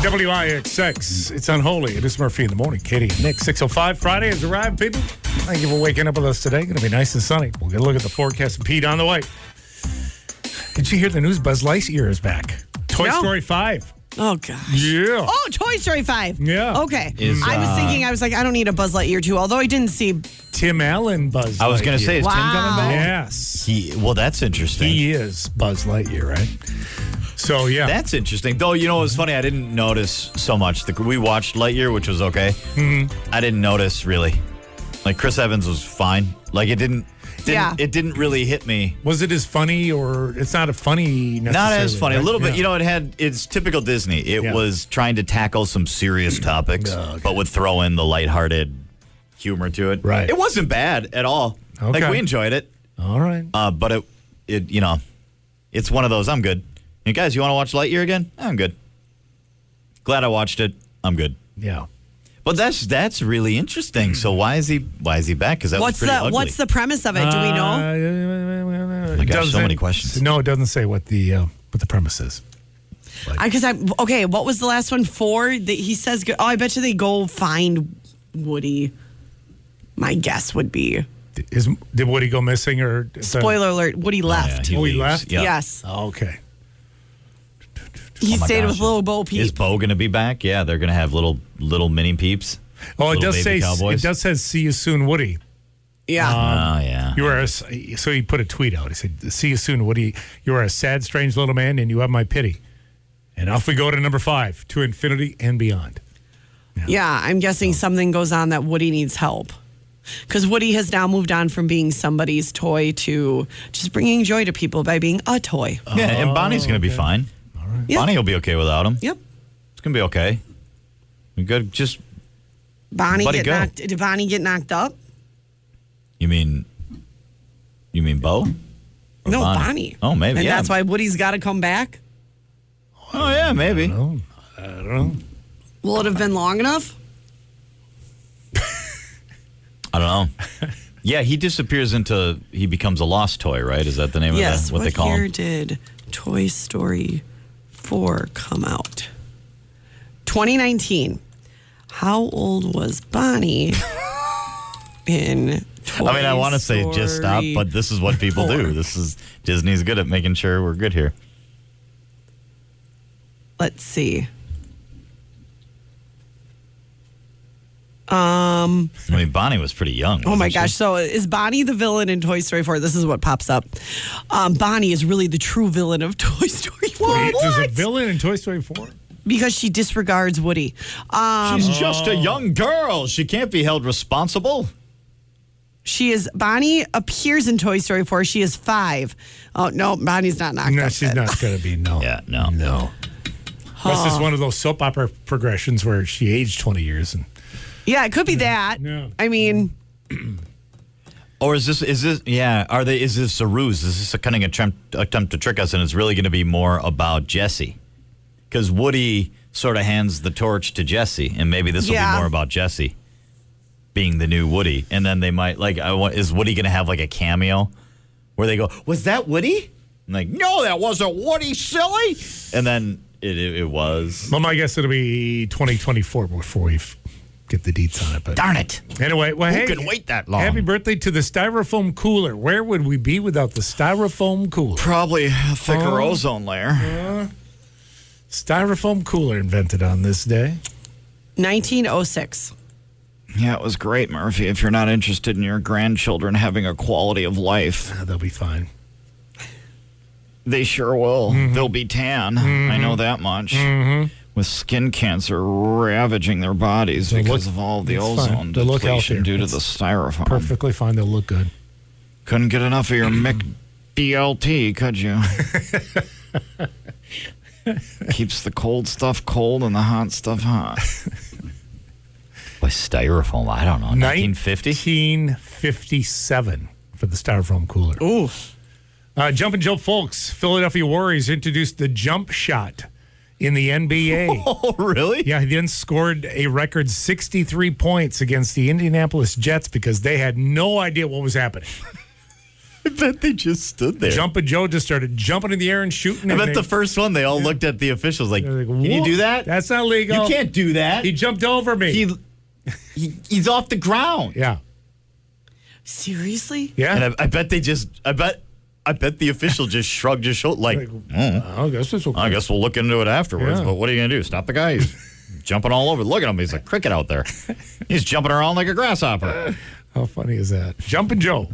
WIXX. It's unholy. It is Murphy in the morning. Katie and Nick, 605. Friday has arrived, people. Thank you for waking up with us today. Going to be nice and sunny. We'll get a look at the forecast and Pete on the way. Did you hear the news? Buzz Lightyear is back. Toy No. Story 5. Oh gosh. Yeah. Oh, Toy Story Five. Yeah. Okay. Is, uh, I was thinking, I was like, I don't need a Buzz Lightyear two. Although I didn't see. Tim Allen Buzz I was going Lightyear. to say, is Tim Wow. coming back? Yes. He, well, that's interesting. He is Buzz Lightyear, right? So, yeah. That's interesting. Though, you know, it was Mm-hmm. funny. I didn't notice so much. The, we watched Lightyear, which was okay. Mm-hmm. I didn't notice really. Like Chris Evans was fine. Like it didn't. didn't Yeah. It didn't really hit me. was it as funny or it's not a funny Not as necessarily, funny. A right? little bit. Yeah. You know, it had. It's typical Disney. It Yeah. Oh, was trying to tackle some serious topics, but would throw in the lighthearted humor to it. Right. It wasn't bad at all. Okay. Like we enjoyed it. All right. Uh, but it, it, you know, it's one of those. I'm good. You guys, you want to watch Lightyear again? I'm good. Glad I watched it. I'm good. Yeah. But that's that's really interesting. So why is he why is he back? Because that What's was the pretty ugly. What's the premise of it? Do we Uh, know? know? my gosh, so many questions. No, it doesn't say what the uh, what the premise is. Because I, okay. What was the last one for? That he says. go- Oh, I bet you they go find Woody. My guess would be Is did Woody go missing or spoiler alert. Woody left. Oh, he leaves. left? Yeah. Yes, Oh, okay. he Oh my stayed gosh. with little Bo Is Peep. Bo gonna be back? Yeah, they're gonna have little little mini peeps. Oh, it Little does say baby cowboys. it does says see you soon, Woody. yeah. Um, Oh yeah. You are a, so he put a tweet out. He said, "See you soon, Woody. You are a sad, strange little man, and you have my pity." And off we go to number five, to infinity and beyond. Yeah, I'm guessing something goes on that Woody needs help. Because Woody has now moved on from being somebody's toy to just bringing joy to people by being a toy. yeah, and Bonnie's Oh, gonna be fine. Yeah. Bonnie will be okay without him. Yep. It's gonna be okay. You gotta just Bonnie Where'd he get go? knocked. Did Bonnie get knocked up? you mean you mean Bo? Or no, Bonnie. Bonnie. Oh, maybe, And yeah. that's why Woody's got to come back. Oh yeah, maybe. Oh, I don't know. Will it have been long enough? I don't know. yeah, he disappears into he becomes a lost toy, right? Is that the name yes. of the, what, they call year him? did Toy Story 4 come out? 2019. How old was Bonnie in Toy I mean, I want to say just stop, Story but this is what people Four. do. This is Disney's good at making sure we're good here. let's see. I mean, Bonnie was pretty young. Oh my wasn't she? gosh. So is Bonnie the villain in Toy Story 4? This is what pops up. Um, Bonnie is really the true villain of Toy Story 4. Wait, there's a villain in Toy Story Four. Because she disregards Woody. Um, She's just a young girl. She can't be held responsible. she is, Bonnie appears in Toy Story 4. She is five. Oh, no, Bonnie's not knocked No, up she's yet. not going to be. No. Yeah, no. No. This is one of those soap opera progressions where she aged 20 years. And Yeah, it could be that. No. I mean, Or is this? Is this? Yeah. Are they? Is this a ruse? Is this a cunning attempt attempt to trick us? And it's really going to be more about Jesse, because Woody sort of hands the torch to Jesse, and maybe this will Yeah. be more about Jesse being the new Woody. And then they might like, I want, is Woody going to have like a cameo where they go, "Was that Woody?" And like, no, that wasn't Woody, silly. And then it it, it was. well, my guess it'll be 2024 before we f- get the deets on it. But Darn it! anyway, well, Who hey, can wait that long? Happy birthday to the styrofoam cooler. Where would we be without the styrofoam cooler? Probably a thicker ozone layer. Styrofoam cooler invented on this day. 1906. Yeah, it was great, Murphy. If you're not interested in your grandchildren having a quality of life, Ah, they'll be fine. they sure will. Mm-hmm. They'll be tan. I know that much. With skin cancer ravaging their bodies They'll because look- of all the it's fine. ozone They'll look healthier. depletion due to It's the styrofoam. Perfectly fine. They'll look good. Couldn't get enough of your McBLT, could you? Keeps the cold stuff cold and the hot stuff hot. By styrofoam, I don't know. 1950? 1957 for the styrofoam cooler. Ooh. Uh, Jumpin' Joe Folks, Philadelphia Warriors introduced the jump shot in the NBA. Oh, really? yeah, he then scored a record 63 points against the Indianapolis Jets because they had no idea what was happening. I bet they just stood there. Jumping Joe just started jumping in the air and shooting. I and bet they- the first one they all looked at the officials like, they're like, "Can you "Whoa, do that? That's not legal. You can't do that." He He, jumped over me. he, he's off the ground. yeah. Seriously? Yeah. And I, I bet they just, I bet, I bet the official just shrugged his shoulder like, I guess it's oh, okay. I guess we'll look into it afterwards. Yeah. But what are you gonna do? Stop the guy? He's jumping all over. Look at him. He's a cricket out there. He's jumping around like a grasshopper. How funny is that? Jumping Joe.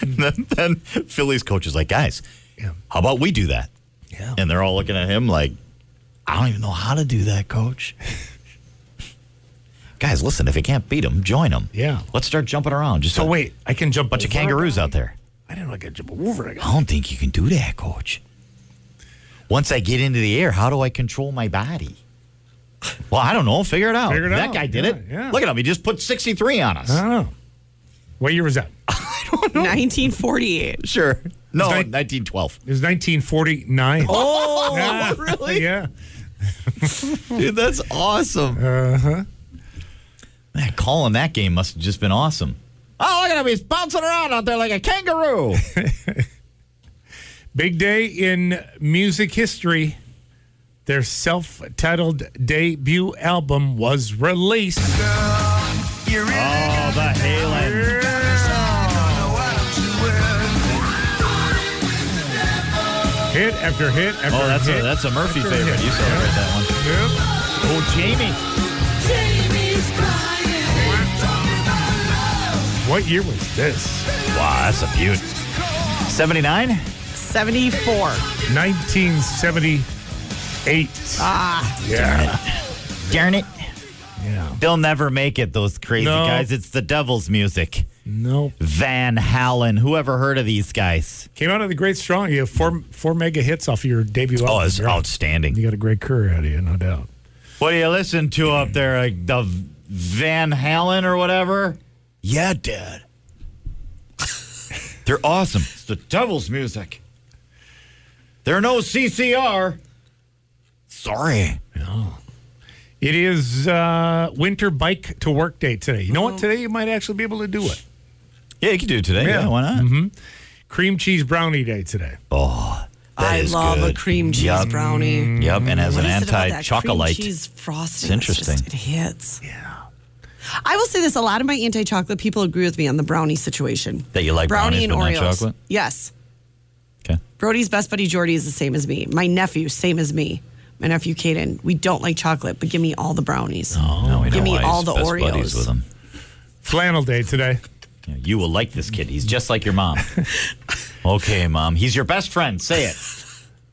And then, then Philly's coach is like, guys, Yeah. how about we do that? Yeah. And they're all looking at him like, I don't even know how to do that, coach. guys, listen. If you can't beat him, join him. Yeah. Let's start jumping around. Just So a wait, I can jump. bunch of kangaroos out there. I didn't know I could jump over. I I don't think you can do that, coach. Once I get into the air, how do I control my body? Well, I don't know. Figure it out. Figure it that out. guy did Yeah, it. yeah. Look at him. He just put 63 on us. I don't know. What year was that? It 1948. Sure. No, It's like- 1912. was 1949. Oh, Yeah. Yeah. Dude, that's awesome. Uh-huh. Man, calling that game must have just been awesome. Oh, look at him. He's bouncing around out there like a kangaroo. Big day in music history. Their self titled debut album was released. oh, the Halen. Hit after hit after Oh, that's hit. a, that's a Murphy After favorite. hit. You celebrate that one. Yeah. Oh, Jamie. What year was this? Wow, that's a beaut. 79? 74. 1978. Ah. Yeah. Darn it. Yeah. They'll never make it, those crazy No. guys. It's the devil's music. Nope. Van Halen. Whoever heard of these guys? Came out of the great strong. You have four four mega hits off of your debut album. Oh, it's You're- You outstanding. got a great career out of you, no doubt. What do you listen to up there? Like the V- Van Halen or whatever? Yeah, Dad. They're awesome. It's the devil's music. There are no CCR. Sorry. It is uh, winter bike to work day today. You know Oh. what? Today you might actually be able to do it. Yeah, you can do it today. Yeah. Yeah, mm-hmm. why not? Cream cheese brownie day today. Oh, that I is love good. a cream cheese Yep. brownie. Yep, and as What an is it about anti that cream chocolate. cheese frosting. It's that's just- interesting. it hits. Yeah. I will say this: a lot of my anti-chocolate people agree with me on the brownie situation. That you like brownies, brownie and but not Oreos. chocolate? Yes. Okay. Brody's best buddy Jordy is the same as me. My nephew, same as me. My nephew Caden. We don't like chocolate, but give me all the brownies. No, we Give know me why he's all the best Oreos. buddies with him. Flannel day today. You, know, you will like this kid. He's just like your mom. okay, mom. He's your best friend. Say it.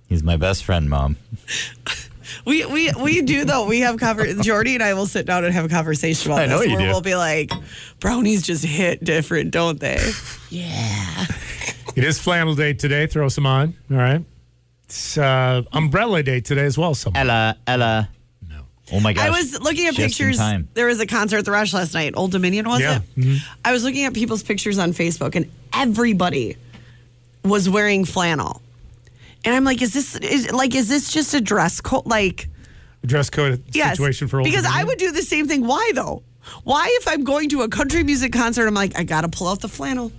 He's my best friend, mom. We we we do though. We have conver- Jordy and I will sit down and have a conversation about I know this. you where do. We'll be like, brownies just hit different, don't they? yeah. It is flannel day today. Throw some on. All right. It's uh, umbrella day today as well. Some Ella, Ella. No. Oh my gosh. I was looking at Just in pictures. time. Mm-hmm. There was a concert at the Rush last night. Old Dominion was Yeah. it? I was looking at people's pictures on Facebook, and everybody was wearing flannel. And I'm like, is this is like is this just a dress code? Like, dress code yes, situation for old because I Dominion. would do the same thing. Why though? Why if I'm going to a country music concert, I'm like, I gotta pull out the flannel.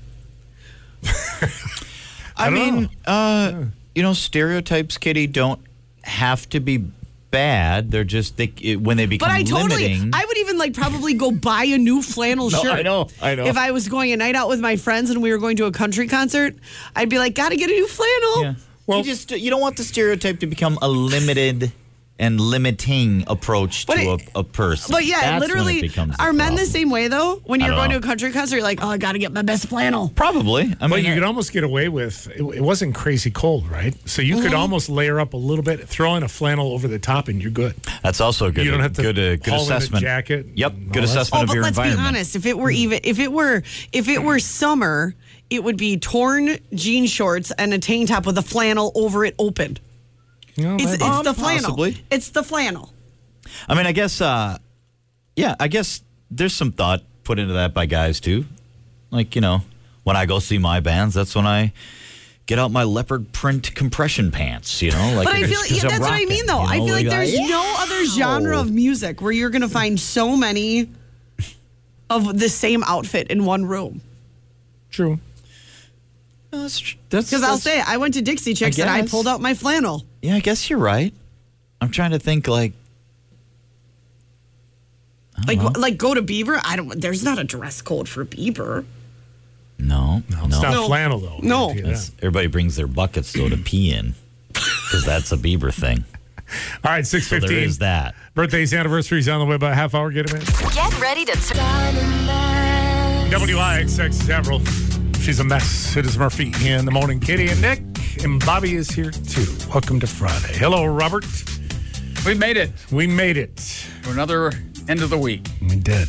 I, don't mean, uh, you know, stereotypes, Kitty, don't have to be bad. They're just they it, when they become But I totally, limiting. I would even like probably go buy a new flannel No, shirt. I know, I know. If I was going a night out with my friends and we were going to a country concert, I'd be like, gotta get a new flannel. Yeah. Well- you just you don't want the stereotype to become a limited and limiting approach But to it- a, a person. But yeah, That's when it literally, becomes the are men the problem. same way though? When I you're don't going know. to a country concert, you're like, oh, I gotta get my best flannel. Probably. I mean, But you I- could almost get away with it, it wasn't crazy cold, right? So you Mm-hmm. could almost layer up a little bit, throw in a flannel over the top, and you're good. That's also a good. You don't have to good, uh, good haul in a assessment. jacket Yep. and Good all that assessment oh, of but your let's be environment. Mm. honest. If it were even, if it were, if it were summer, it would be torn jean shorts and a tank top with a flannel over it opened. You know, It's, that- it's Um, the flannel. possibly. It's the flannel. I mean, I guess. Uh, yeah, I guess there's some thought put into that by guys too. Like you know, when I go see my bands, that's when I get out my leopard print compression pants. You know, like But I it's feel just yeah, a that's what I rocket, mean, though. you I know, feel like there's yeah. no other genre of music where you're going to find so many of the same outfit in one room. true. That's that's Because I'll that's- say, I went to Dixie Chicks and I guess. pulled out my flannel. Yeah, I guess you're right. I'm trying to think like Like, Uh-huh. like go to Beaver. I don't. There's not a dress code for Beaver. no, no. It's not No. flannel, though. I No. guarantee you that. That's- everybody brings their buckets though to pee in because that's a Bieber thing. All right, So there 615. is that. Birthdays, anniversaries on the way about a half hour. Get them in. Get ready to turn. WIXX Several. She's a mess. It is Murphy in the morning. Kitty and Nick and Bobby is here too. Welcome to Friday. Hello, Robert. We made it We made it. to another end of the week. We did.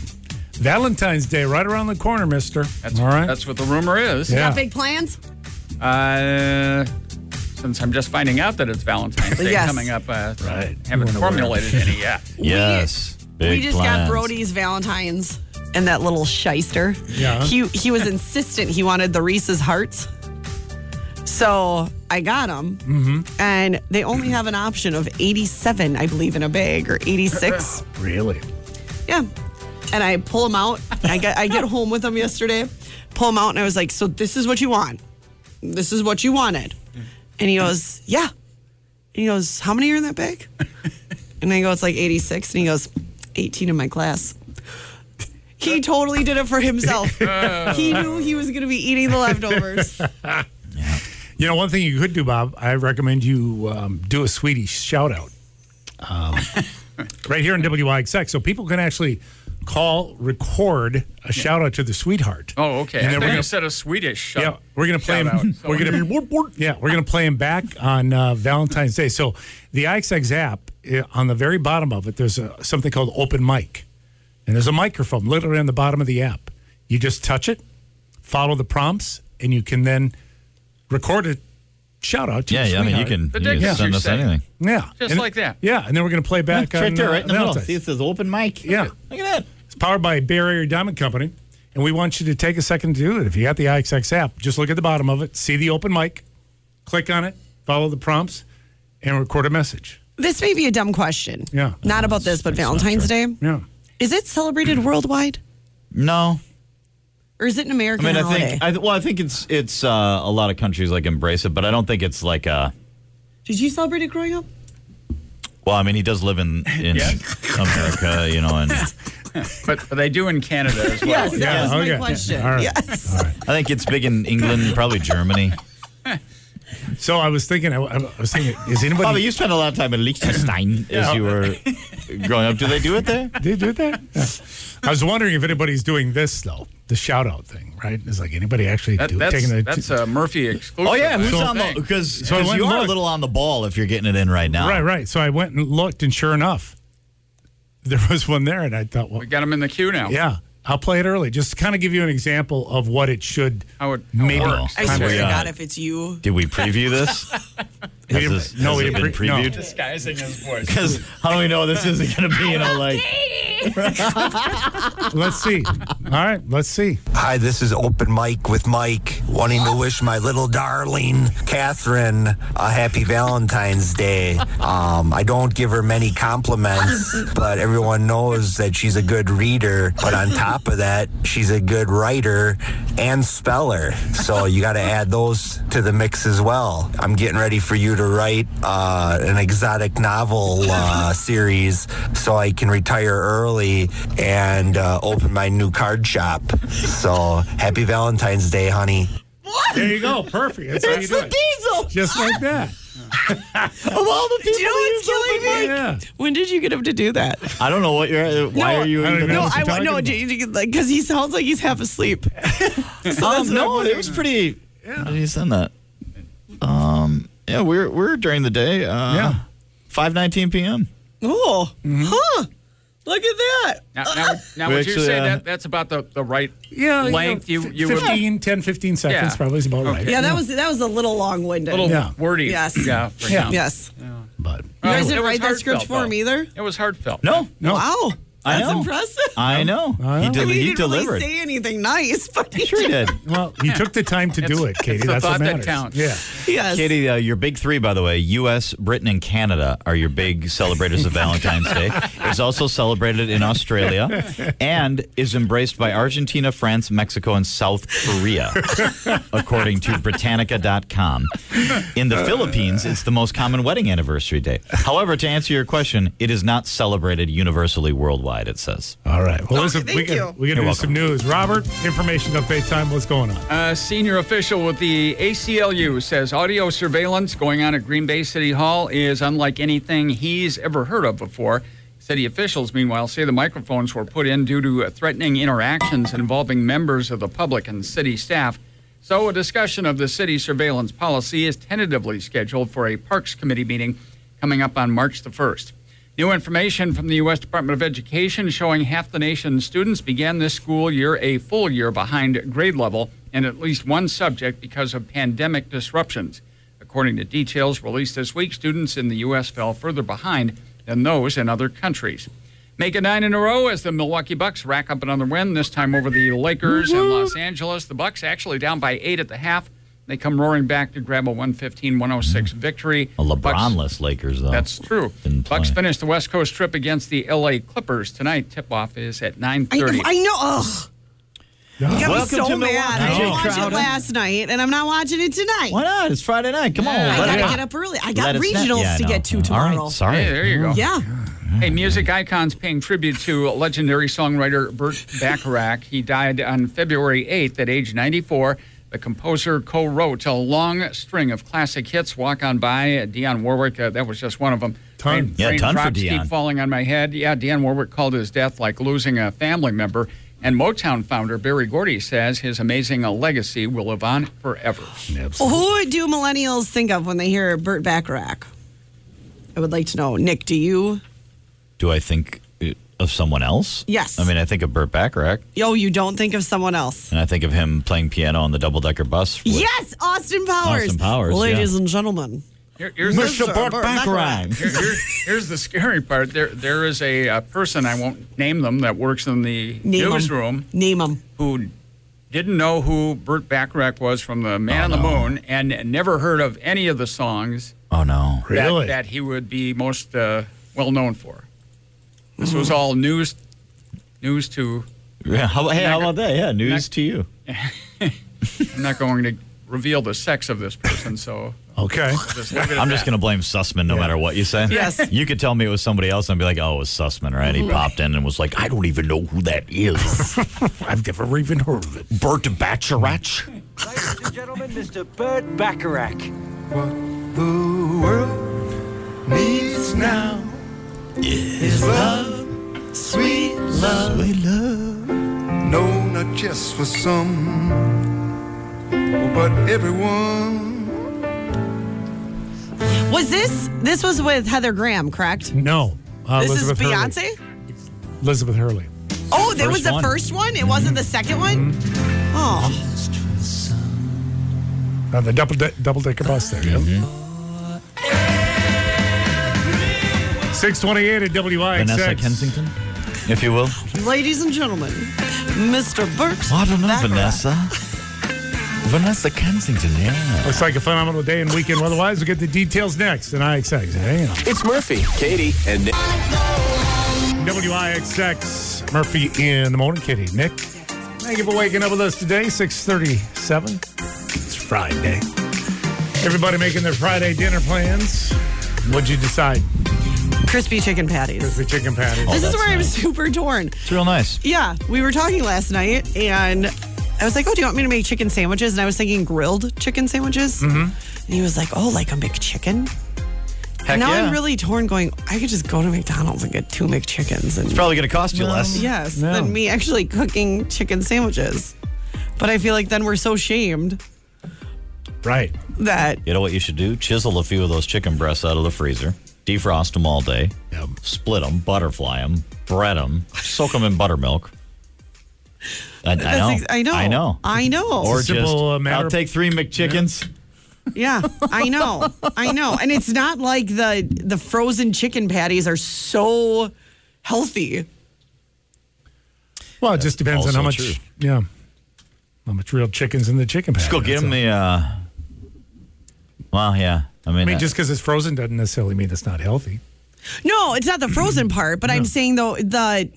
Valentine's Day right around the corner, Mister. That's all right. That's what the rumor is. yeah. Got big plans? Uh, since I'm just finding out that it's Valentine's Day Yes. coming up, uh, Right. haven't You wanna wear it. formulated any yet. Yes. we Big just plans. got Brody's Valentine's and that little shyster. Yeah. He he was insistent he wanted the Reese's hearts. So I got them, Mm-hmm. and they only have an option of 87, I believe, in a bag or 86. Really? yeah, and I pull them out. I get I get home with them yesterday, pull them out, and I was like, "So this is what you want? This is what you wanted?" And he goes, "Yeah." And he goes, "How many are in that bag?" And I go, "It's like 86." And he goes, "18 in my class." He totally did it for himself. Oh. he knew he was going to be eating the leftovers. You know, one thing you could do, Bob. I recommend you um, do a sweetie shout out. Um, right here in WIXX, so people can actually call, record a shout out to the sweetheart. Oh, okay. And then And we're then gonna- you said a Swedish. Shout, Yeah, we're gonna play him. shout out. So- We're gonna yeah, we're gonna play him back on uh, Valentine's Day. So the IXX app eh, on the very bottom of it, there's a, something called open mic, and there's a microphone literally on the bottom of the app. You just touch it, follow the prompts, and you can then record a shout out. To Yeah, your yeah. I mean, you sweetheart. can, The you can dickens send you're us saying. anything. Yeah, Just And- like that. Yeah, and then we're gonna play back on uh, Valentine's. says open mic. Yeah. Look at that. It's powered by Bear Area Diamond Company, and we want you to take a second to do it. If you got the IXX app, just look at the bottom of it, see the open mic, click on it, follow the prompts, and record a message. This may be a dumb question. Yeah. Not about this, but Valentine's Day. Yeah. Is it celebrated worldwide? No. Or is it an I American mean, I holiday? think, I, th- well, I think it's it's uh, a lot of countries like embrace it, but I don't think it's like a. Did you celebrate it growing up? Well, I mean, he does live in in Yeah. America, you know, and I but, but they do in Canada as well. Yes, yeah, that was okay. my question. All right. Yes. think it's big in England, probably Germany. So I was thinking, I, I was thinking, is anybody? Bobby, you spent a lot of time in Liechtenstein as you were growing up. Do they do it there? Did you do that? Yeah. I was wondering if anybody's doing this though, the shout out thing, right? Is like anybody actually That, do, that's taking a that's a Murphy exclusive. Oh yeah, I who's don't on the? think. Because So I went you and are a looked. little on the ball if you're getting it in right now. right, right. So I went and looked, and sure enough, there was one there, and I thought, well, We got him in the queue now. Yeah, I'll play it early. Just to kind of give you an example of what it should. How it, how it Maybe. works. I Time swear to to go. God, if it's you. Did we preview this? We Has didn't- this- no, has we it didn't been pre- no. previewed? Disguising his voice. Because how do we know this isn't going to be, you know, like. Let's see. All right, let's see. Hi, this is Open Mike with Mike, wanting to wish my little darling Catherine a happy Valentine's Day. Um, I don't give her many compliments, but everyone knows that she's a good reader. But on top of that, she's a good writer and speller. So you got to add those to the mix as well. I'm getting ready for you to write uh, an exotic novel uh, series so I can retire early and uh, open my new card shop. So happy Valentine's Day, honey. There you go. Perfect. That's how you do it. diesel. Just like that. Of all the people, do you know what's killing me? Yeah. When did you get him to do that? I don't know what you're. uh, Why No, are you I don't even. even know No, what I you're no, talking because he sounds like he's half asleep. Um, no, it was pretty. How did you send that? Um, yeah, we're we're during the day. Uh, Yeah. Five nineteen p.m. Oh, huh? Look at that. Now, now, now We would you actually, say uh, that that's about the, the right Yeah. length? You You, know, you, would 15, 10, 15 seconds Yeah. probably is about Okay. right. Yeah, that was that was a little long winded. little Yeah. wordy. Yes. Yeah. For Yeah. him. Yes. But You guys Um, It didn't was write that script heartfelt, for him though. either. It was heartfelt. No, no. Wow. I That's know. impressive. I know. He, I deli- mean, he, he didn't delivered. really say anything nice, but he sure he did. did. Well, he took the time to do it, It's- Katie. it's the That's what thought that matters. counts. Yeah. Yes. Katie, uh, your big three, by the way, U.S., Britain, and Canada are your big celebrators of Valentine's Day. It's also celebrated in Australia and is embraced by Argentina, France, Mexico, and South Korea, according to Britannica.com. In the Philippines, it's the most common wedding anniversary date. However, to answer your question, it is not celebrated universally worldwide, it says. Uh, All right. Well, listen, we thank can, you. we can do You're some news. Robert, information update time. What's going on? A senior official with the ACLU says audio surveillance going on at Green Bay City Hall is unlike anything he's ever heard of before. City officials, meanwhile, say the microphones were put in due to threatening interactions involving members of the public and city staff. So, a discussion of the city surveillance policy is tentatively scheduled for a Parks Committee meeting coming up on March the 1st. New information from the U.S. Department of Education showing half the nation's students began this school year a full year behind grade level in at least one subject because of pandemic disruptions. According to details released this week, students in the U.S. fell further behind than those in other countries. Make it nine in a row as the Milwaukee Bucks rack up another win, this time over the Lakers in Los Angeles. The Bucks actually down by eight at the half. They come roaring back to grab a 115 106 victory. A Bucks- LeBron-less Lakers, though. that's true. Didn't Bucks play. finished the West Coast trip against the LA Clippers tonight. Tip off is at I, 9:30. I know. Ugh. You got Welcome me to so mad. I Milwaukee, didn't watch Crowder. it last night, and I'm not watching it tonight. Why not? It's Friday night. Come on. Yeah. I let gotta it out. get up early. I Let got it snap. regionals Yeah, to no. get to All right, tomorrow. Sorry. Hey, there you go. Yeah. Hey, music icons paying tribute to legendary songwriter Burt Bacharach. He died on February 8th at age 94. The composer co wrote a long string of classic hits Walk On By, Dion Warwick, uh, that was just one of them. Ton. Yeah, ton for drops keep Dionne. falling on my head. Yeah, Dionne Warwick called his death like losing a family member. And Motown founder Barry Gordy says his amazing uh, legacy will live on forever. Who do millennials think of when they hear Burt Bacharach? I would like to know. Nick, do you? Do I think uh, of someone else? Yes. I mean, I think of Burt Bacharach, Yo, you don't think of someone else. and I think of him playing piano on the double decker bus. with- Yes, Austin Powers. Austin Powers, Ladies yeah. and gentlemen. Here- here's uh, the- Mr. Burt Bacharach. Here- here- here's the scary part. There, there is a, uh person I won't name them that works in the Name 'em. newsroom Name them. who didn't know who Burt Bacharach was from the Man Oh, on the Moon and never heard of any of the songs Oh, no. that, Really? that he would be most uh, well known for. This was Hmm. all news, news to. Yeah, how, hey, how about that? Yeah, news Next- to you. I'm not going to reveal the sex of this person, so Okay. just leave it at I'm just that. going to blame Sussman no matter what you say. Yes. You could tell me it was somebody else, and I'd be like, oh, it was Sussman, right? He popped in and was like, I don't even know who that is. I've never even heard of it. Burt Bacharach? Ladies and gentlemen, Mr. Bert Bacharach. No, not just for some, but everyone. Was this this was with Heather Graham, correct? No. Uh, This Elizabeth is Hurley. Beyonce? Elizabeth Hurley. Oh, that First was the one. Mm-hmm. first one? It wasn't the second one? Oh. Uh, the double de- double decker bus there. yeah. 628 at WIXX. Vanessa Kensington, if you will. Ladies and gentlemen, Mr. Burt. I don't know, Bacharach. Vanessa. Vanessa Kensington, yeah. Oh, Looks like a phenomenal day and weekend. Otherwise, we'll get the details next in IXX. Hang on. It's Murphy, Katie, and Nick. WIXX, Murphy in the morning, Kitty. Nick, thank you for waking up with us today, 637. It's Friday. Everybody making their Friday dinner plans. What'd you decide? Crispy chicken patties. The chicken patties. This is that's where I'm nice. super torn. It's real nice. Yeah, we were talking last night, and I was like, "Oh, do you want me to make chicken sandwiches?" And I was thinking grilled chicken sandwiches. Mm-hmm. And he was like, "Oh, like a McChicken." Heck And now yeah. I'm really torn, going, "I could just go to McDonald's and get two McChickens." And Probably going to cost you less. yes, No. than me actually cooking chicken sandwiches. But I feel like then we're so shamed Right. that You know what you should do? Chisel a few of those chicken breasts out of the freezer, defrost them all day, Yep. split them, butterfly them, bread them, soak them in buttermilk. I, I know. that's ex- I know, I know. I know. or It's a simple, just, uh, matter I'll of- take three McChickens. Yeah, I know, I know, and it's not like the the frozen chicken patties are so healthy. Well, it just depends on how much. also true. Yeah. How much real chickens in the chicken patty? Let's go get that's him all. the. Uh, well, yeah. I mean, I mean, uh, just because it's frozen doesn't necessarily mean it's not healthy. No, it's not the frozen Mm-hmm. part, but I'm saying though the,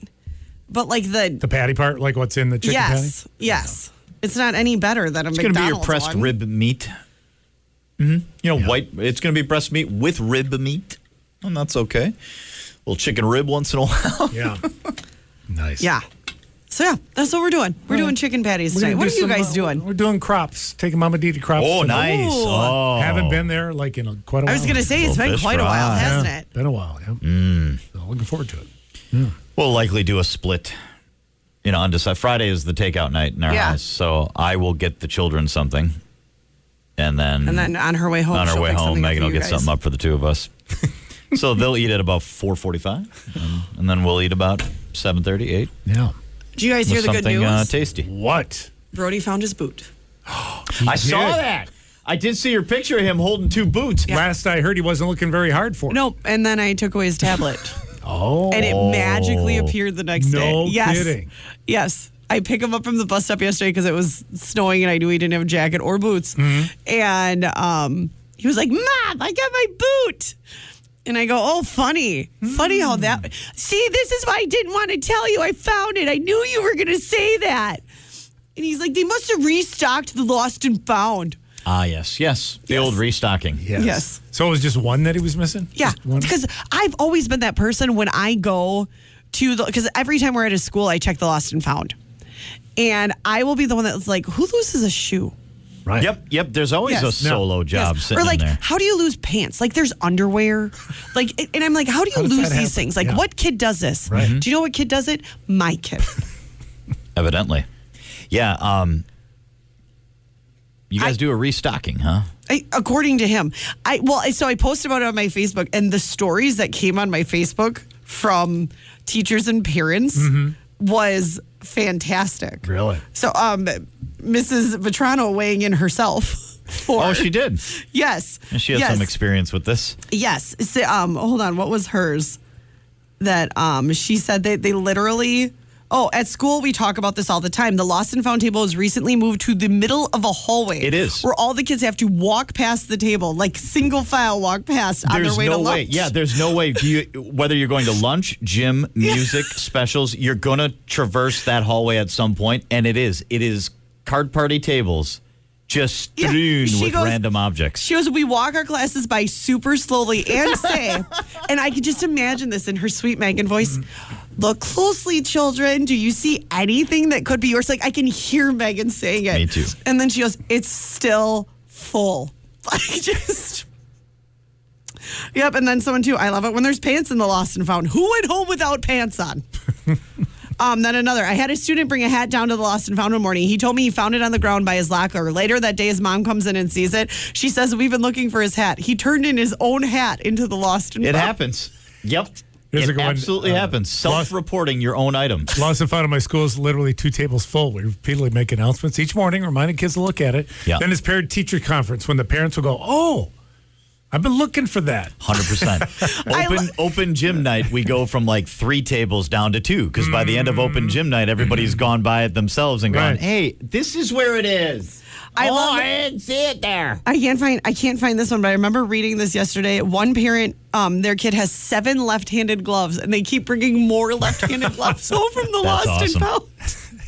but like the, The patty part, like what's in the chicken yes, yes, it's not any better than a it's going McDonald's to be your pressed one. rib meat. Mm-hmm. You know, white. It's going to be breast meat with rib meat, and that's okay. Little chicken rib once in a while. patty. Yeah. nice. Yeah. So yeah, that's what we're doing. We're doing chicken patties We're gonna tonight. What do are you some, guys uh, doing? We're doing crops. Taking Mama Dee to crops. oh, tonight. nice. Ooh. Oh, Haven't been there like in a, quite a while. I was gonna say it's Little been fish quite a while, fry. hasn't Yeah, it? Been a while. Yeah. Mm. So looking forward to it. We'll likely do a split. You know, on decide Friday is the takeout night in our Yeah. house, so I will get the children something, and then And then on her way home, on our she'll way pick home, something up Megan for will you get guys. something up for the two of us. so they'll eat at about four forty-five, and, and then we'll eat about seven thirty, eight. Yeah. Did you guys with hear the good something news? uh, tasty. What? Brody found his boot. I saw did. that. I did see your picture of him holding two boots. Last I heard, he wasn't looking very hard for it. Nope. And then I took away his tablet, Oh. and it magically appeared the next day. No yes. kidding. Yes. I pick him up from the bus stop yesterday because it was snowing and I knew he didn't have a jacket or boots. Mm-hmm. And um, he was like, "Mom, I got my boot." And I go, "Oh, funny, funny how Mm. that. See, this is why I didn't want to tell you. I found it. I knew you were going to say that." And he's like, "They must have restocked the lost and found." Ah, yes, yes. The Yes. old restocking. Yeah. Yes. So it was just one that he was missing? Yeah, Just one? because I've always been that person when I go to the because every time we're at a school, I check the lost and found, and I will be the one that's like, who loses a shoe? Right. Yep, yep. There's always Yes. a No. solo job Yes. sitting or like, in there. how do you lose pants? Like, there's underwear, like, and- and I'm like, how do you How does lose that happen? these things? Like, Yeah. what kid does this? Right. Mm-hmm. Do you know what kid does it? My kid. Evidently. Yeah. Um, you guys I- do a restocking, huh? I, according to him, I well, I- so I posted about it on my Facebook, and the stories that came on my Facebook from teachers and parents was fantastic. Mm-hmm. Really? So, um, Mrs. Vetrano weighing in herself. For, Oh, she did. yes, And She has yes, some experience with this. Yes. So, um, hold on. What was hers? That um, she said that they literally. Oh, at school we talk about this all the time. The lost and found table has recently moved to the middle of a hallway. It is. where all the kids have to walk past the table, like single file walk past on their There's way to no lunch. way. Yeah, there's no way. Do you, whether you're going to lunch, gym, music, specials, you're going to traverse that hallway at some point, and it is. It is card party tables just Yeah, strewn she with goes- random objects. She goes, we walk our classes by super slowly and say, and I could just imagine this in her sweet Megan voice. Look closely, children. Do you see anything that could be yours? Like I can hear Megan saying it. Me too. And then she goes, it's still full. Like just. Yep. And then someone too. I love it when there's pants in the lost and found. Who went home without pants on? Um, then another. I had a student bring a hat down to the lost and found one morning. He told me he found it on the ground by his locker. Later that day, his mom comes in and sees it. She says, "We've been looking for his hat." He turned in his own hat into the lost and It found. happens. Yep. Here's a It good one, absolutely uh, happens. Self reporting your own items. Lost and found at my school is literally two tables full. We repeatedly make announcements each morning, reminding kids to look at it. Yeah. Then it's parent teacher conference when the parents will go, Oh, I've been looking for that. Hundred percent. I Open lo- open gym night, we go from like three tables down to two because by the end of open gym night, everybody's gone by it themselves and gone, Right. "Hey, this is where it is." I oh, love- I didn't see it there. I can't find I can't find this one, but I remember reading this yesterday. One parent, um, their kid has seven left-handed gloves, and they keep bringing more left-handed gloves home from the That's lost awesome. and found.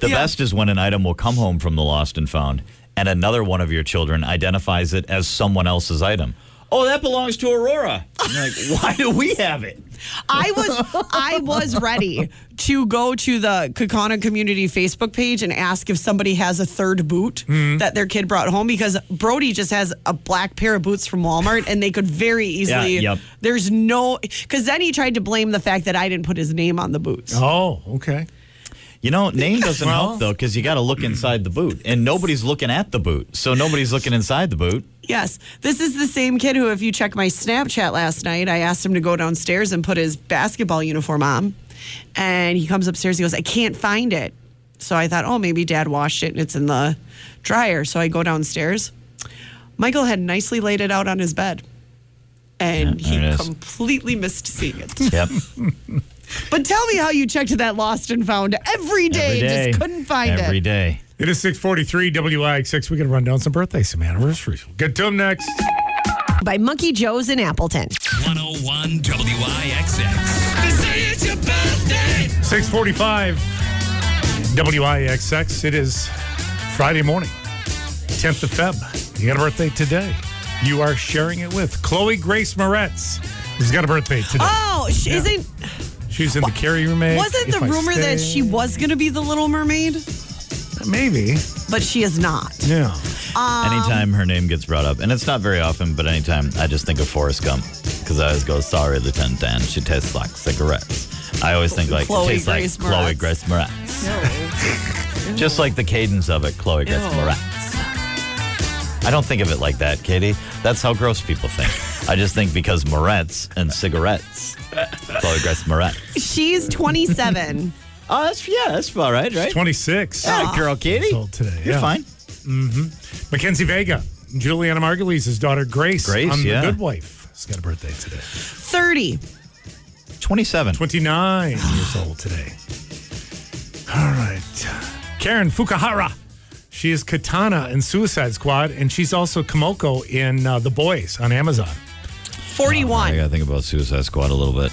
The Yeah. best is when an item will come home from the lost and found, and another one of your children identifies it as someone else's item. Oh, that belongs to Aurora. I'm like, why do we have it? I was I was ready to go to the Kakana community Facebook page and ask if somebody has a third boot that their kid brought home because Brody just has a black pair of boots from Walmart and they could very easily yep. there's no cuz then he tried to blame the fact that I didn't put his name on the boots. Oh, okay. You know, name doesn't Well- help though because you got to look inside the boot, and nobody's looking at the boot, so nobody's looking inside the boot. Yes. This is the same kid who, if you check my Snapchat last night, I asked him to go downstairs and put his basketball uniform on. And he comes upstairs, he goes, I can't find it. So I thought, oh, maybe dad washed it and it's in the dryer. So I go downstairs. Michael had nicely laid it out on his bed. And Yeah, there it he is. completely missed seeing it. Yep. But tell me how you checked that lost and found every day, Every and day. just couldn't find Every it. day. It is 643 WIX6. We're going to run down some birthdays, some anniversaries. We'll get to them next. By Monkey Joe's in Appleton. 101 WIXX. They say it's your birthday. 645 WIXX. It is Friday morning, 10th of Feb. You got a birthday today. You are sharing it with Chloe Grace Moretz, who's got a birthday today. Oh, she Yeah. isn't. She's in the Carrie Mermaid. Wasn't the If I rumor that Stay. she was going to be the Little Mermaid, Maybe. but she is not? Yeah. Um, anytime her name gets brought up, and it's not very often, but anytime I just think of Forrest Gump because I always go, "Sorry, Lieutenant Dan, she tastes like cigarettes." I always think like Chloe it tastes Grace like Chloe Moretz. Grace Moretz, just like the cadence of it, Chloe Grace Ew. Moretz. I don't think of it like that, Katie. That's how gross people think. I just think because Moretz and cigarettes, Chloe Grace Moretz. She's 27. Oh, that's yeah, that's all right, right? 26. Yeah, girl, Katie, Years old today, Ah, you're yeah. fine. Mackenzie Vega, Juliana Margulies' daughter Grace, Grace, on yeah. The Good Wife. She's got a birthday today. 30. Twenty-seven. 29 years old today. All right. Karen Fukuhara. She is Katana in Suicide Squad, and she's also Kamoko in uh, The Boys on Amazon. Oh I 41. gotta think about Suicide Squad a little bit.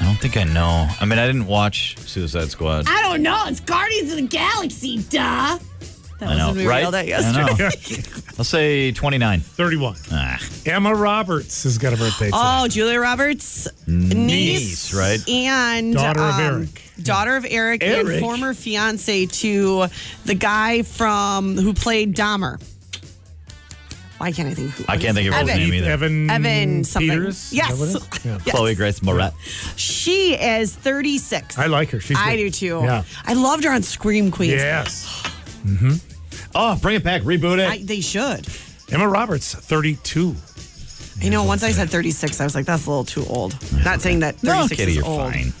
I don't think I know. I mean, I didn't watch Suicide Squad. I don't know. It's Guardians of the Galaxy, duh. I know, when we right? reeled it I know. I'll say 29. 31. Ah, Emma Roberts has got a birthday today. Oh, Julia Roberts' niece, Niece, right? And Daughter of um, Eric. daughter of Eric, Eric. and former fiance to the guy from who played Dahmer. Why can't I think? Who, I can't think of his Evan. name either. Evan, Evan something. Peters? Is Yes. that what it is? Yeah. Yes. Chloe Grace Moretz. She is 36. I like her. She's I good. do too. Yeah. I loved her on Scream Queens. Yes. Mm-hmm. Oh, bring it back. Reboot it. I, they should. Emma Roberts, 32. You know, once I said 36, I was like, that's a little too old. Not saying that 36 no, Kitty, is you're old. fine.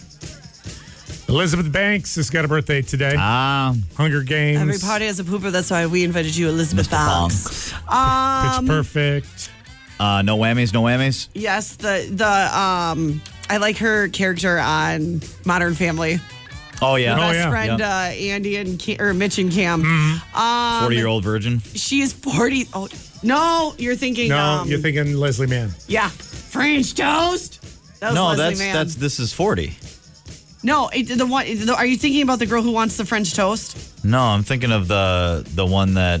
Elizabeth Banks has got a birthday today. Ah, Hunger Games. Every party has a pooper. That's why we invited you, Elizabeth Mr. Banks. Bonks. Pitch Um, Perfect. Uh, no whammies, no whammies. Yes, the the um, I like her character on Modern Family. Oh, yeah. Oh, Best yeah. friend Uh, Andy and Ca- or Mitch and Cam. 40 year old virgin. um, She is forty. Oh no, you're thinking. No, um, you're thinking Leslie Mann. Yeah, French toast. That was No, Leslie that's Mann. that's this is 40. no. It, the one. The, are you thinking about the girl who wants the French toast? No, I'm thinking of the the one that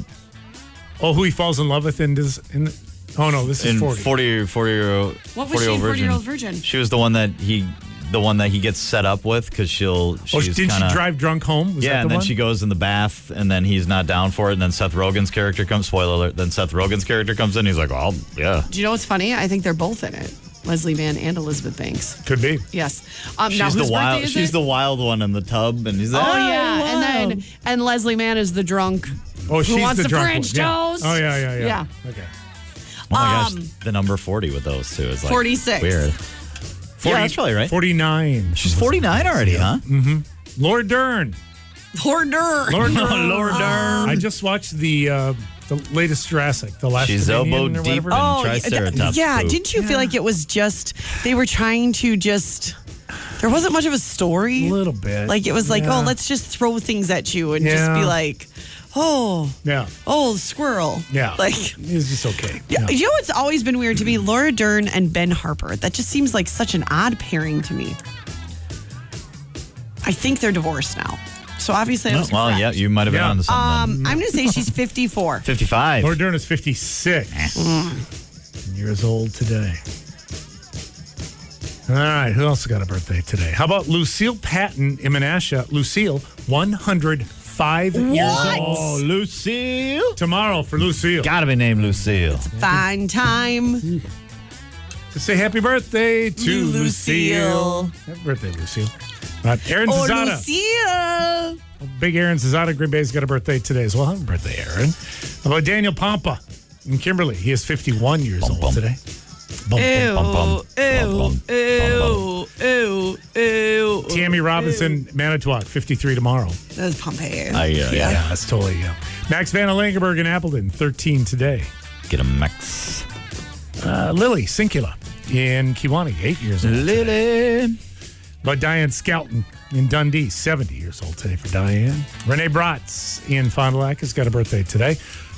Oh, who he falls in love with in this. In, oh, no, this in is 40 40. 40, year old What was she in 40 year old virgin? She was the one that he the one that he gets set up with because she'll she's Oh, did kinda, she drive drunk home? Was yeah, that and the then one? she goes in the bath, and then he's not down for it, and then Seth Rogen's character comes. Spoiler alert! Then Seth Rogen's character comes in. He's like, "Oh, yeah." Do you know what's funny? I think they're both in it. Leslie Mann and Elizabeth Banks. Could be. Yes. Um, now whose She's the birthday wild. is She's it? the wild one in the tub, and he's like, Oh, yeah, and then and Leslie Mann is the drunk. Oh, she's wants the, the drunk French one. toast? Yeah. Oh yeah, yeah, yeah. Yeah. Okay. Oh my um, gosh, the number forty with those two is like 46. Weird. 40 yeah, that's probably right. Forty-nine. She's forty nine already, huh? Laura Dern. Hors d'oeuvre. Laura Dern. Laura Ah. Dern. I just watched the uh, the latest Jurassic. The last. She's Dominion elbow or deep whatever. in Oh, yeah, triceratops. yeah. poop. Didn't you feel like it was just they were trying to just there wasn't much of a story. A little bit. Like it was like, Yeah. oh, let's just throw things at you and just Yeah. be like, oh, Yeah. oh, squirrel. Yeah. Like It's just okay. yeah. you know what's always been weird to me? Laura Dern and Ben Harper. That just seems like such an odd pairing to me. I think they're divorced now. So obviously I No, was well, correct. Mm-hmm. yeah, you might have been Yeah. on to something. Um, I'm gonna say she's 54. Fifty five. Laura Dern is fifty-six Mm. years old today. All right, who else got a birthday today? How about Lucille Patton in Menasha? Lucille, 105 years old. Oh, Lucille. Tomorrow for Lucille. Gotta be named Lucille. Fine time. Hmm. to say happy birthday to Lucille. Lucille. Happy birthday, Lucille. Uh, Aaron Oh, Cesada. Lucia. Big Aaron Cesada. Green Bay's got a birthday today as well. Happy birthday, Aaron. How about Daniel Pompa in Kimberly? He is 51 years old bum. today. Oh, Bum, bum, bum, bum. Ew, ew, bum, bum, ew, ew, ew. Tammy Robinson, Manitowoc, 53 tomorrow. That's Pompeii. I, uh, yeah. Yeah, that's totally, yeah. Max Van Langerberg in Appleton, 13 today. Get a max. Uh, Lily Sinkula in Kiwani, 8 years old. Lily. But Diane Skelton in Dundee, 70 years old today for Diane. Renee Bratz in Fond du Lac has got a birthday today.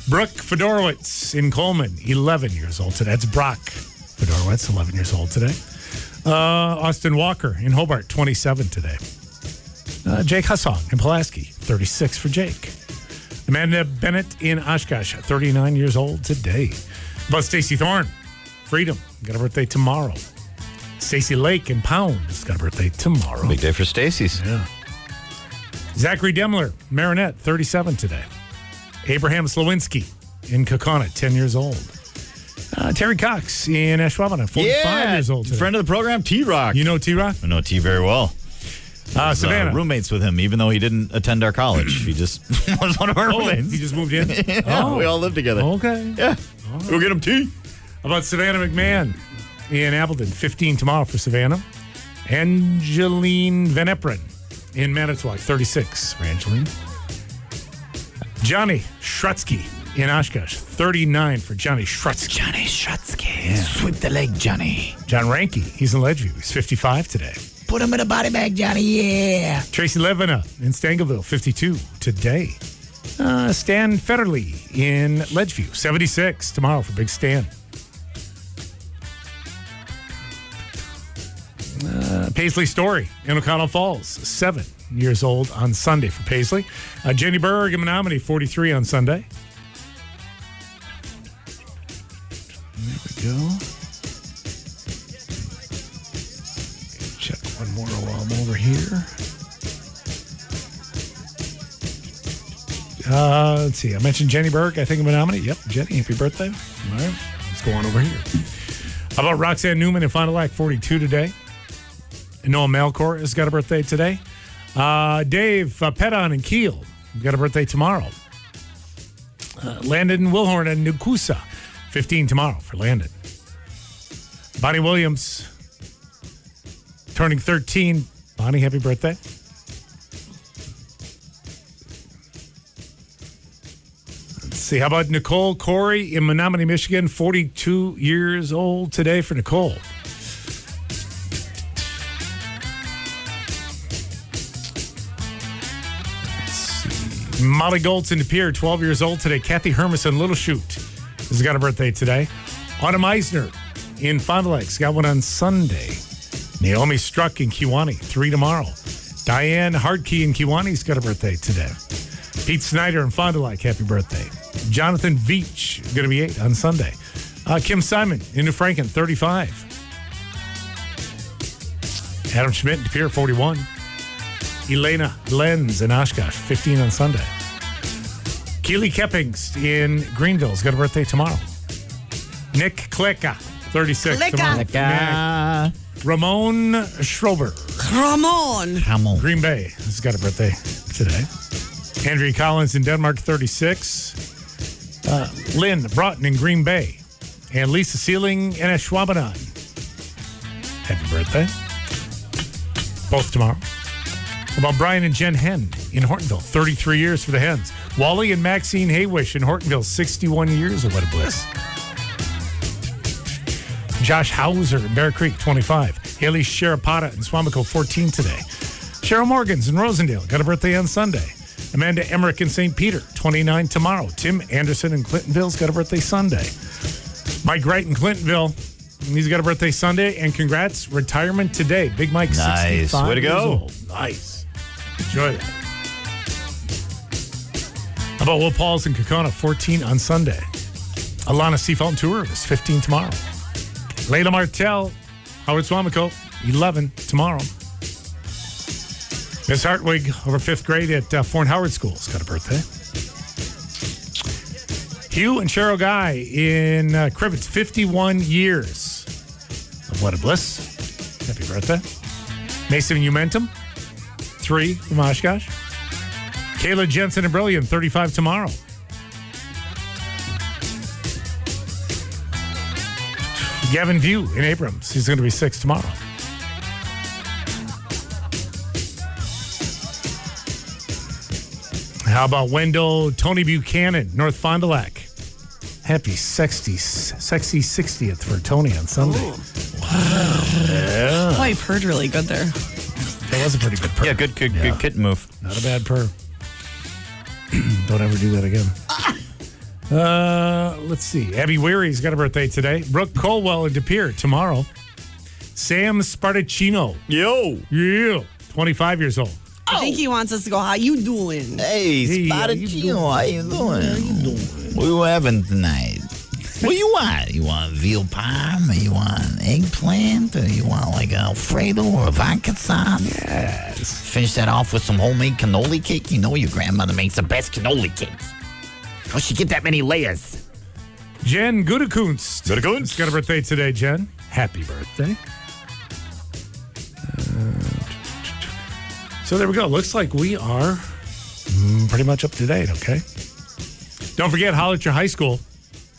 Brooke Fedorowitz in Coleman, 11 years old today. That's Brock Fedorowitz, 11 years old today. Uh, Austin Walker in Hobart, 27 today. Uh, Jake Hussong in Pulaski, 36 for Jake. Amanda Bennett in Oshkosh, 39 years old today. But Stacy Thorne, Freedom, got a birthday tomorrow. Stacy Lake in Pound has got a birthday tomorrow. Big day for Stacy's. Yeah. Zachary Demler, Marinette, 37 today. Abraham Slowinski in Kokona, 10 years old. Uh, Terry Cox in Ashwaubenon, 45 Yeah, years old. Today. Friend of the program, T Rock. You know T Rock? I know T very well. Uh, was, Savannah. roommates with him, even though he didn't attend our college. he just was one of our Oh, roommates. he just moved in? Yeah, Oh. We all live together. Okay. Yeah. Go get him tea. How about Savannah McMahon in Appleton? 15 tomorrow for Savannah. Angeline Van Epren in Manitowoc, 36 for Angeline. Johnny Shrutsky in Oshkosh, 39 for Johnny Shrutsky. Johnny Shrutsky. Sweep the leg, Johnny. John Ranke, he's in Ledgeview. He's 55 today. Put him in a body bag, Johnny. Yeah. Tracy Levina in Stangleville, 52 today. Uh, Stan Federley in Ledgeview, 76 tomorrow for Big Stan. Uh, Paisley Story in O'Connell Falls, seven years old on Sunday for Paisley. Uh, Jenny Berg in Menominee, 43 on Sunday. There we go. Check one more while I'm over here. Uh, let's see. I mentioned Jenny Burke. I think I'm a nominee. Yep, Jenny, happy birthday. All right, let's go on over here. How about Roxanne Newman in Fond du Lac, 42 today? And Noah Malcor has got a birthday today. Uh, Dave uh, Petton and Keel got a birthday tomorrow. Uh, Landon Wilhorn and Nukusa, 15 tomorrow for Landon. Bonnie Williams turning 13. Bonnie, happy birthday. Let's see. How about Nicole Corey in Menominee, Michigan? 42 years old today for Nicole. Let's see. Molly Goldson Pier, 12 years old today. Kathy Hermison, Little Shoot, has got a birthday today. Autumn Eisner in Fond du Lac's got one on Sunday. Naomi Struck in Kiwani, three tomorrow. Diane Hardkey in Kiwani's got a birthday today. Pete Snyder in Fond du Lac, happy birthday. Jonathan Veach, going to be eight on Sunday. Uh, Kim Simon in New Franken, 35. Adam Schmidt in Pier, 41. Elena Lenz in Oshkosh, 15 on Sunday. Keely Keppings in Greenville's got a birthday tomorrow. Nick Klecka, 36. Klecka. tomorrow. Klecka. Ramon Schrober, Come on. Come on. Green Bay, has got a birthday today. Andrea Collins in Denmark, 36. Uh, Lynn Broughton in Green Bay. And Lisa Sealing in Ashwaubenon. Happy birthday. Both tomorrow. How about Brian and Jen Hen in Hortonville? 33 years for the Hens. Wally and Maxine Haywish in Hortonville, 61 years. Oh, what a bliss. Josh Hauser in Bear Creek, 25. Haley Sharapata in Swamico, 14 today. Cheryl Morgans in Rosendale got a birthday on Sunday. Amanda Emmerich in St. Peter, 29 tomorrow. Tim Anderson in Clintonville's got a birthday Sunday. Mike Wright in Clintonville, he's got a birthday Sunday. And congrats, retirement today. Big Mike, Nice. 65 Way to years go. old. Nice. Enjoy that. How about Will Pauls in Kokona, 14 on Sunday. Alana Seafountain Tour is 15 tomorrow. Layla Martell, Howard Swamico, 11 tomorrow. Miss Hartwig, over fifth grade at uh, Foreign Howard School, has got a birthday. Hugh and Cheryl Guy in uh, Cribbets, 51 years. Of what a bliss. Happy birthday. Mason Umentum, three from Oshkosh. Kayla Jensen and Brilliant, 35 tomorrow. Gavin View in Abrams, he's going to be six tomorrow. How about Wendell Tony Buchanan, North Fond du Lac? Happy sexty, sexy 60th for Tony on Sunday. Boy, I heard really good there. That was a pretty good perk. Yeah, good, good, good kitten move. Not a bad purr. Don't ever do that again. Uh, let's see. Abby Weary's got a birthday today. Brooke Colwell and DePere tomorrow. Sam Spartacino. Yo. Yeah. 25 years old. I Oh. think he wants us to go. How you doing? Hey, Spartacino, how you doing? How you doing? What you having tonight? what you want? You want veal parm? Or you want eggplant? Or you want like Alfredo or vodka sauce? Yes. Finish that off with some homemade cannoli cake. You know your grandmother makes the best cannoli cakes. How'd she get that many layers? Jen Gudekunst. Gudekunst. Got a birthday today, Jen. Happy birthday. Uh, So there we go. Looks like we are mm, pretty much up to date, okay? Don't forget, holler at your high school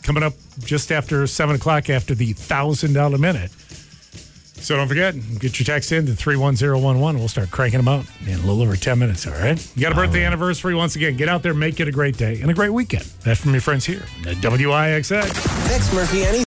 coming up just after 7 o'clock after the $1,000 minute. So don't forget, get your text in to 31011. We'll start cranking them out in a little over 10 minutes, all right? You got a birthday anniversary once again. Get out there, make it a great day and a great weekend. That from your friends here at WIXX. Text Murphy any